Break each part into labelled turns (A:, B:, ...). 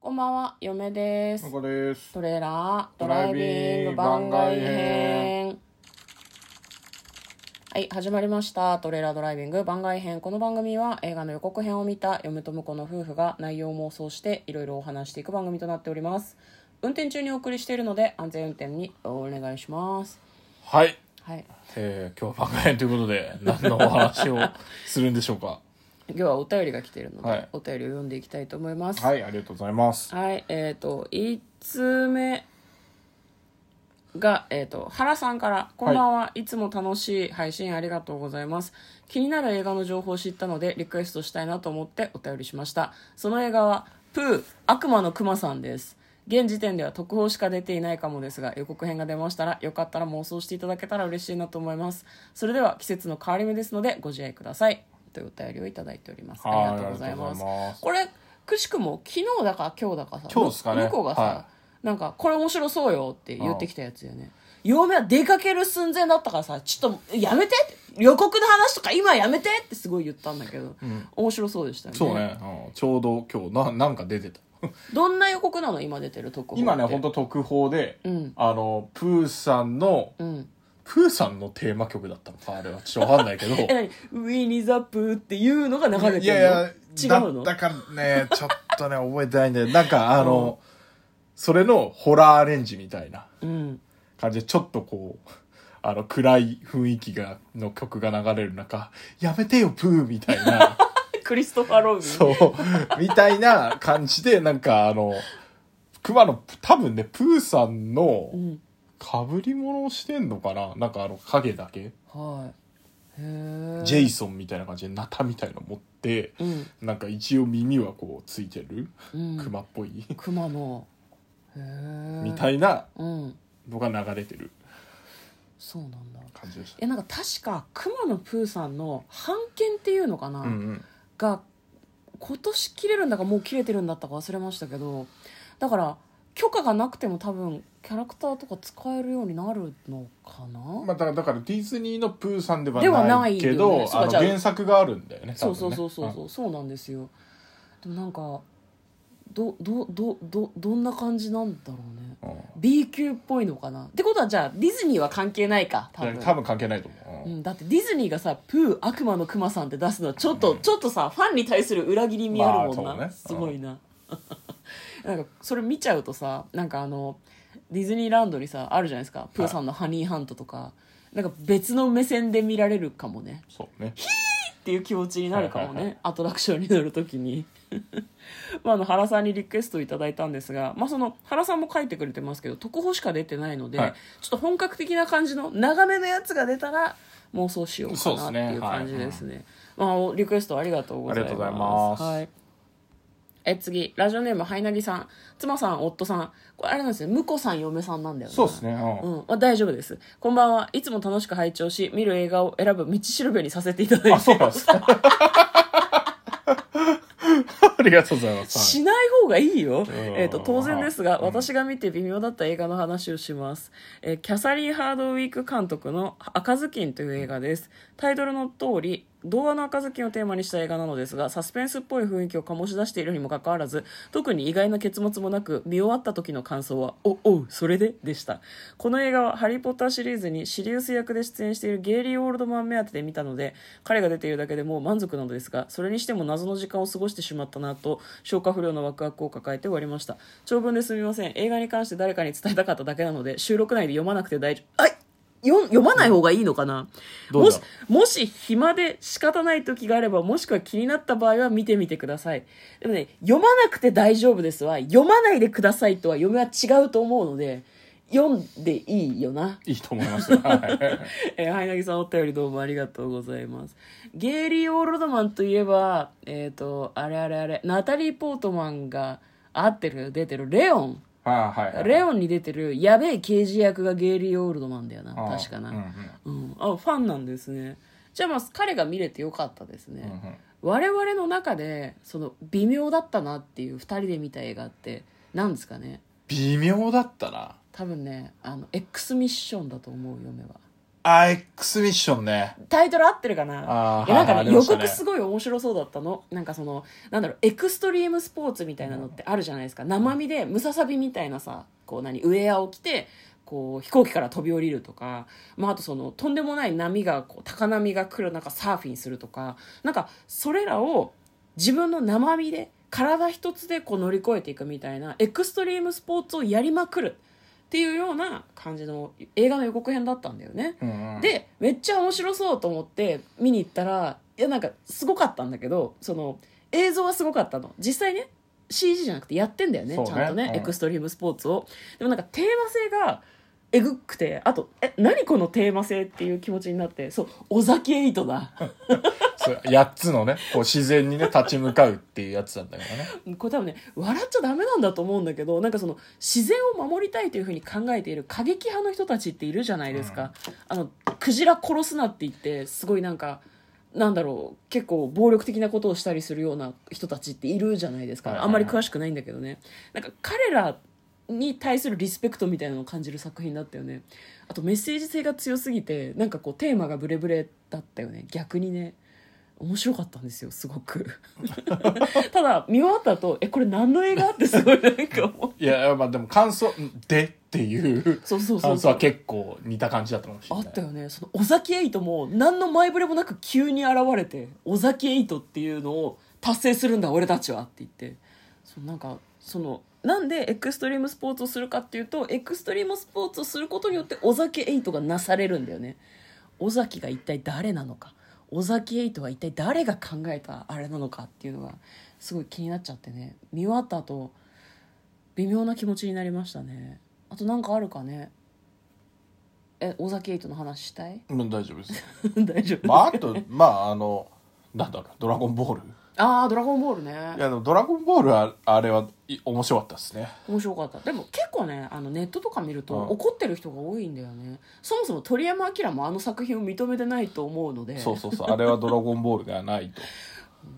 A: こんばんは、嫁です
B: こ。こです。
A: トレーラード
B: ド
A: ラ
B: ラ
A: イ
B: イ
A: ビ
B: ビ
A: ン
B: ン
A: グ
B: グ
A: 番
B: 番
A: 外
B: 外
A: 編
B: 編。
A: はい、始まりました。トレーラードライビング番外編。この番組は映画の予告編を見た嫁と婿の夫婦が内容を妄想していろいろお話していく番組となっております。運転中にお送りしているので安全運転にお願いします。
B: はい。
A: はい。
B: えー、今日は番外編ということで、何のお話をするんでしょうか。
A: 今日はお便りが来ているので、
B: はい
A: お便りを読んでいきたいと思います。
B: はい、ありがとうございます。
A: はい、えっ、と、5つ目が、えっ、と、原さんから、こんばんは、い、つも楽しい配信ありがとうございます。気になる映画の情報を知ったので、リクエストしたいなと思ってお便りしました。その映画は、プー、悪魔のクマさんです。現時点では特報しか出ていないかもですが予告編が出ましたらよかったら妄想していただけたら嬉しいなと思いますそれでは季節の変わり目ですのでご自愛くださいというお便りをいただいておりますあ
B: は
A: り
B: い
A: がとうござい
B: あ
A: ま
B: りがとう
A: す
B: ございます
A: これくしくも昨日だか今日だかさ
B: 今日っすかね
A: む向こうがさ、
B: は
A: なんかこれ面白そうよって言ってきたやつよね嫁は出かける寸前だったからさちょっとやめてって予告の話とか今やめてってすごい言ったんだけど、面白そうでしたよね
B: そうね、うんちょうど今日な、なんか出てた。
A: どんな予告なの今出てる特報って
B: 今ね、本当特報で、
A: ん
B: あの、プーさんの、
A: うん
B: プーさんのテーマ曲だったのか、あれは。ちょっとわかんないけ ど。
A: え何ウィニーザップっていうのが流れてるの
B: いやいや、
A: 違うの
B: だったからね、ちょっとね、覚えてないんだよ。なんか、あ の、それのホラーアレンジみたいな。
A: うん
B: 感じでちょっとこう あの暗い雰囲気がの曲が流れる中「やめてよプー」みたいな
A: クリストファー・ロビン
B: そうみたいな感じでなんかあの熊の多分ねプーさんの
A: ん
B: かぶり物をしてんのかななんかあの影だけ、
A: はいへえ
B: ジェイソンみたいな感じでナタみたいの持って、
A: うん
B: なんか一応耳はこうついてる、
A: うん
B: 熊っぽい
A: 熊のへえ
B: みたいな
A: うん
B: のが流れてる
A: そうなんだい
B: 感じでした。
A: やなんか確か熊野プーさんの版権っていうのかな、
B: うんうん、
A: が今年切れるんだかもう切れてるんだったか忘れましたけどだから許可がなくても多分キャラクターとか使えるようになるのかな、
B: まあ、だからだからディズニーのプーさんでは
A: では
B: な
A: ないよ
B: い
A: ね
B: けど、
A: そうか
B: あの
A: じゃあ
B: 原作があるんだよね
A: そうそう
B: 多分ね
A: そうそうそう、
B: ん
A: そうなんですよでもなんかどどどどどんな感じなんだろうね
B: うん
A: B 級っぽいのかなってことはじゃあディズニーは関係ないか多
B: 多分
A: 分
B: 関係ないと思う、
A: う
B: うん
A: ん、だってディズニーがさ「プー悪魔のクマさん」って出すのはちょっと、ちょっとさファンに対する裏切り味あるもんな、
B: まあそうね
A: すごいな なんかそれ見ちゃうとさなんかあのディズニーランドにさあるじゃないですかプーさんの「ハニーハント」とか、なんか別の目線で見られるかもね
B: そうね
A: っていう気持ちになるかもね、
B: はいはいは
A: アトラクションに乗るときに まああの原さんにリクエストをいただいたんですが、まあ、その原さんも書いてくれてますけど特報しか出てないので、
B: はい
A: ちょっと本格的な感じの長めのやつが出たら妄想しようかなっていう感じですねまあ、リクエストありがとうございます
B: ありがとうございます
A: はいえ次ラジオネームハイナギさん妻さん夫さんこれあれなんですね婿さん嫁さんなんだよね
B: そうですね、うん
A: うん、まあ、大丈夫です。こんばんは。いつも楽しく拝聴し、見る映画を選ぶ道しるべにさせていただいていま
B: あそうなんですか ありがとうございます、はい
A: しない方がいいよ。えっ、と、
B: うん
A: 当然ですが、
B: うん
A: 私が見て微妙だった映画の話をします。えーキャサリン・ハードウィーク監督の赤ずきんという映画です。タイトルの通り、童話の赤ずきんをテーマにした映画なのですが、サスペンスっぽい雰囲気を醸し出しているにもかかわらず、特に意外な結末もなく、見終わった時の感想は、お、おう、それででした。この映画はハリー・ポッターシリーズにシリウス役で出演しているゲイリー・オールドマン目当てで見たので、彼が出ているだけでもう満足なのですが、それにしても謎の時間を過ごしてしまったなと、消化不良のワクワクを抱えて終わりました。長文ですみません。映画に関して誰かに伝えたかっただけなので、収録内で読まなくて大丈夫。あいよ読まない方がいいのかな、
B: どう
A: も
B: だ
A: しもし暇で仕方ない時があればもしくは気になった場合は見てみてくださいでもね読まなくて大丈夫ですわ読まないでくださいとは嫁は違うと思うので読んでいいよない
B: いと思います、はい
A: えー、はいなぎさんお便りどうもありがとうございます。ゲイリー・オールドマンといえば、えっ、と、あれあれあれ、ナタリー・ポートマンが合ってる、出てる、レオン。
B: あーはいはい
A: レオンに出てる、やべえ刑事役がゲイリー・オールドマンだよな、
B: あー
A: 確か
B: うんうん
A: な。うん、あ、ファンなんですね。じゃあまあ、彼が見れてよかったですね。
B: うんうん
A: 我々の中で、その、微妙だったなっていう二人で見た映画って、何ですかね
B: 微妙だったな
A: 多分ね、あの、X ミッションだと思う、嫁は。
B: あ、X ミッションね。
A: タイトル合ってるかな
B: あー
A: いやなんか
B: は
A: ね
B: いはいありま
A: 予
B: したね
A: 告すごい面白そうだったのなんかそのなんだろうエクストリームスポーツみたいなのってあるじゃないですか生身でムササビみたいなさこう何ウェアを着てこう飛行機から飛び降りるとか、まあ、あとそのとんでもない波がこう高波が来る中サーフィンするとかなんかそれらを自分の生身で体一つでこう乗り越えていくみたいなエクストリームスポーツをやりまくるっていうような感じの映画の予告編だったんだよね。
B: うんうん、
A: でめっちゃ面白そうと思って見に行ったらいやなんかすごかったんだけどその映像はすごかったの実際ね CG じゃなくてやってんだよね
B: そう
A: ち
B: ね
A: ゃんとね、
B: うん
A: エクストリームスポーツをでもなんかテーマ性がえぐくてあと「え何このテーマ性」っていう気持ちになってそう「尾崎エイトだ」
B: そう8つのね、こう自然にね、立ち向かうっていうやつなんだからね。
A: これ多分ね笑っちゃダメなんだと思うんだけどなんかその自然を守りたいというふうに考えている過激派の人たちっているじゃないですか、あのクジラ殺すなって言ってすごいなんかなんだろう結構暴力的なことをしたりするような人たちっているじゃないですか、
B: はいはい
A: あんまり詳しくないんだけどねなんか彼らに対するリスペクトみたいなのを感じる作品だったよねあとメッセージ性が強すぎてなんかこうテーマがブレブレだったよね逆にね面白かったんですよすご くただ見終わった後えこれ何の映画ってすごいなんか思う
B: いや、まあでも感想、んでっていう
A: そうそうそう
B: 感
A: そ
B: 想
A: う
B: は結構似た感じだったかもしれ
A: あ
B: ない。
A: ったよねその尾崎エイトも何の前触れもなく急に現れて「尾崎エイトっていうのを達成するんだ俺たちは」って言ってそうなんかそのなんでエクストリームスポーツをするかっていうとエクストリームスポーツをすることによって尾崎エイトがなされるんだよね尾崎が一体誰なのか尾崎エイトは一体誰が考えたあれなのかっていうのがすごい気になっちゃってね見終わった後微妙な気持ちになりましたねあとなんかあるかねえ尾崎エイトの話したい
B: もう大丈夫です。
A: 大丈夫、
B: まああと、 まああの、なんだろう、ドラゴンボール。
A: ああドラゴンボール
B: い
A: ね
B: やでもドラゴンボールは、あれはい面白かったですね。
A: 面白かったでも結構ねあのネットとか見ると
B: うん
A: 怒ってる人が多いんだよねそもそも鳥山明もあの作品を認めてないと思うので
B: そうそうそう、あれはドラゴンボールではないと。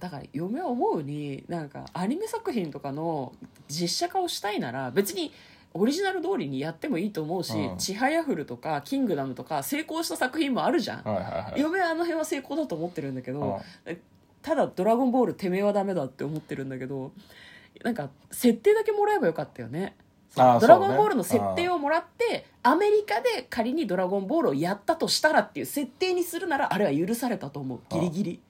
A: だから嫁は思うになんかアニメ作品とかの実写化をしたいなら別にオリジナル通りにやってもいいと思うし
B: う
A: 「
B: ん
A: ちはやふる」とか「キングダム」とか成功した作品もあるじゃん、
B: はいはいはい。
A: 嫁はあの辺は成功だと思ってるんだけど、
B: うん
A: ただ「ドラゴンボール」てめえはダメだって思ってるんだけどなんか設定だけもらえばよかったよね
B: ああ
A: ドラゴンボールの設定
B: を
A: をもらってアメリカで仮に「ドラゴンボール」をやったとしたらっていう設定にするならあれは許されたと思うギリギリ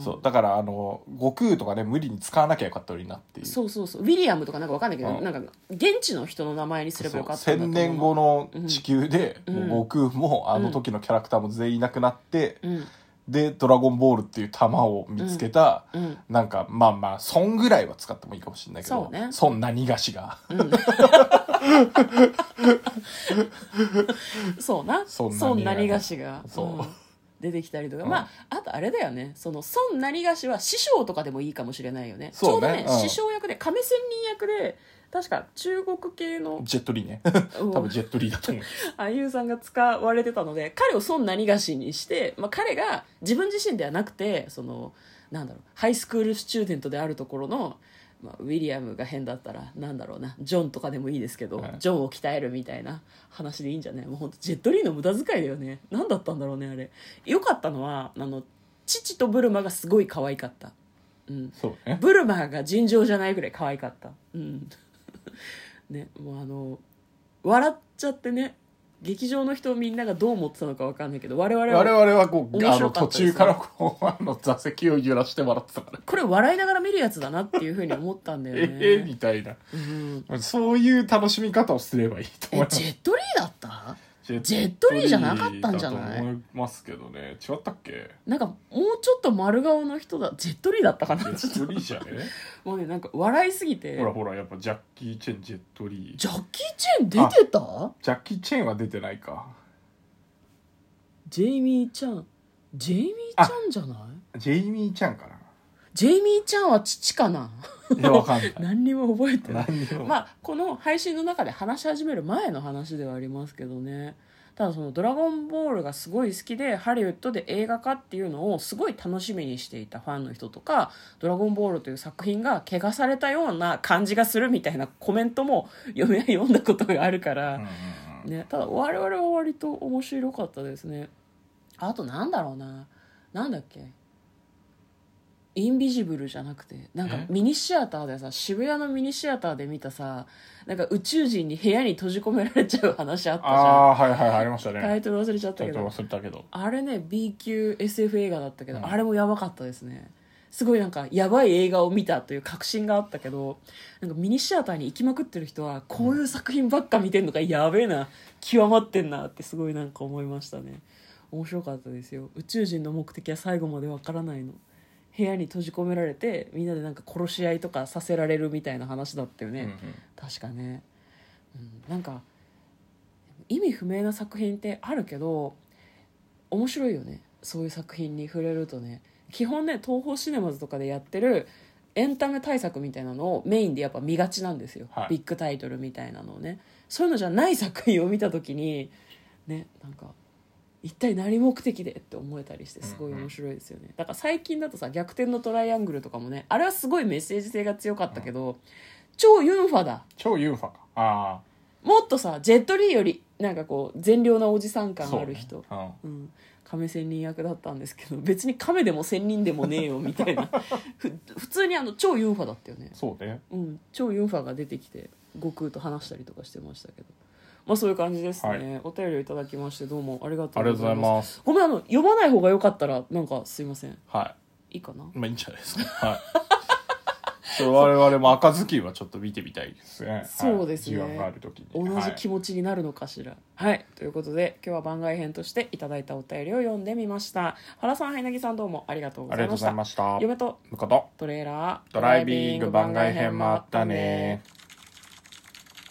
B: そうだからあの悟空とかね無理に使わなきゃよかったのになっていう
A: そうそうそうウィリアムとかなんかわかんないけど、
B: うん
A: なんか現地の人の名前にすればよかったんだと
B: 1000
A: 思う
B: 年後の地球で、
A: うん
B: もう悟空もあの時のキャラクターも全員いなくなって、
A: うん
B: で「ドラゴンボール」っていう玉を見つけた、
A: うん
B: なんかまあまあ損ぐらいは使ってもいいかもしれないけど
A: そうね
B: 損何がしが
A: そうな
B: そんなに
A: 孫何がしが
B: そうん
A: 出てきたりとか、
B: うん
A: まああとあれだよねその孫何がしは師匠とかでもいいかもしれないよねちょ
B: そうう
A: ど
B: ね
A: ね、
B: うん
A: 師匠役で亀仙人役で確か中国系の
B: ジェットリーね
A: うん
B: 多分ジェットリーだと思う
A: 俳優さんが使われてたので彼を孫何がしにして、まあ、彼が自分自身ではなくてそのなんだろうハイスクールスチューデントであるところの、まあ、ウィリアムが変だったらなんだろうなジョンとかでもいいですけど、
B: はい
A: ジョンを鍛えるみたいな話でいいんじゃないもう本当ジェットリーの無駄遣いだよね何だったんだろうねあれ良かったのはあの父とブルマがすごい可愛かった、うん、
B: そう ね
A: ブルマーが尋常じゃないぐらい可愛かったうん ねもうあの笑っちゃってね劇場の人みんながどう思ってたのか分かんないけど我々は
B: 我々はこう、
A: 面
B: あ
A: 白
B: の
A: かった
B: 途
A: ですね
B: 中からこうあの座席を揺らして笑ってたから
A: これ笑いながら見るやつだなっていうふうに思ったんだよね
B: え えみたいな
A: うん、
B: そういう楽しみ方をすればいいと思
A: え
B: います
A: ジェットリーだった
B: ジ ェ
A: ジェットリーじゃなかったんじゃない
B: だと思いますけどね違ったっけ
A: なんかもうちょっと丸顔の人だジェットリーだったか
B: ジ
A: な
B: ェットリーじゃね
A: もうねなんか笑いすぎて
B: ほらほらやっぱジャッキー・チェンジェットリージ
A: ジャッキー・チェン出てた
B: ャッキー・チェンは出てないか
A: ジェイミー・ちゃんジェイミー・ちゃんじゃない
B: ジェイミー・チャン かな
A: ジェイミー・ちゃんは父かない
B: やわかんない
A: 何にも覚えてない
B: 何にも
A: まあこの配信の中で話し始める前の話ではありますけどねただその「ドラゴンボール」がすごい好きでハリウッドで映画化っていうのをすごい楽しみにしていたファンの人とか「ドラゴンボール」という作品が怪我されたような感じがするみたいなコメントも嫁は読んだことがあるから、
B: うんうんうん
A: ね、ただ我々は割と面白かったですねあとなんだろうななんだっけインビジブルじゃなくてなんか
B: え
A: ミニシアターでさ渋谷のミニシアターで見たさなんか宇宙人に部屋に閉じ込められちゃう話あったじゃん
B: ああーはいはいはいありました
A: タ
B: ね
A: イトル忘れちゃった
B: タ
A: け
B: イトル
A: ど
B: 忘れたけど
A: あれね B 級 SF 映画だったけど、
B: うん
A: あれもやばかったですねすごいなんかやばい映画を見たという確信があったけどなんかミニシアターに行きまくってる人はこういう作品ばっか見てんのかやべえな極まってんなってすごいなんか思いましたね面白かったですよ宇宙人の目的は最後までわからないの部屋に閉じ込められてみんなでなんか殺し合いとかさせられるみたいな話だったよね、
B: うんうん
A: 確かね、うん、なんか意味不明な作品ってあるけど面白いよねそういう作品に触れるとね基本ね東宝シネマズとかでやってるエンタメ対策みたいなのをメインでやっぱ見がちなんですよ、
B: はい
A: ビッグタイトルみたいなのをねそういうのじゃない作品を見た時にねなんか一体何目的でって思えたりしてすごい面白いですよね、だから最近だとさ「逆転のトライアングル」とかもねあれはすごいメッセージ性が強かったけど、超ユンファだ
B: 超ユンファかあ
A: もっとさジェットリーよりなんかこう善良なおじさん
B: あ
A: 感ある人う、
B: そうね
A: ん、亀仙人役だったんですけど別に亀でも仙人でもねえよみた いなふ普通にあの超ユンファだったよね
B: うん、、そうね
A: うん、超ユンファが出てきて悟空と話したりとかしてましたけどまあそういう感じですね、
B: はい
A: お便りをいただきましてどうもありがと
B: あ
A: う
B: りがと
A: ご
B: うご
A: ざ
B: ざ
A: い
B: い
A: ます
B: ます
A: ごめんあの読まない方が良かったらなんかすいません
B: は
A: い
B: い
A: いかな
B: まあいいんじゃないですか。 はい。それ我々も赤ずきんはちょっと見てみたいですね。
A: そうですね
B: はい時間がある時に。
A: 同じ気持ちになるのかしらはい、ということで今日は番外編としていただいたお便りを読んでみました原さんはいなぎさんどうもありがとう
B: はい、あ
A: ご
B: り
A: ざい
B: がとうご
A: まし
B: ざ
A: た
B: いました。
A: 嫁と
B: 向こと
A: トレーラー
B: ドライビング番外編もあったね。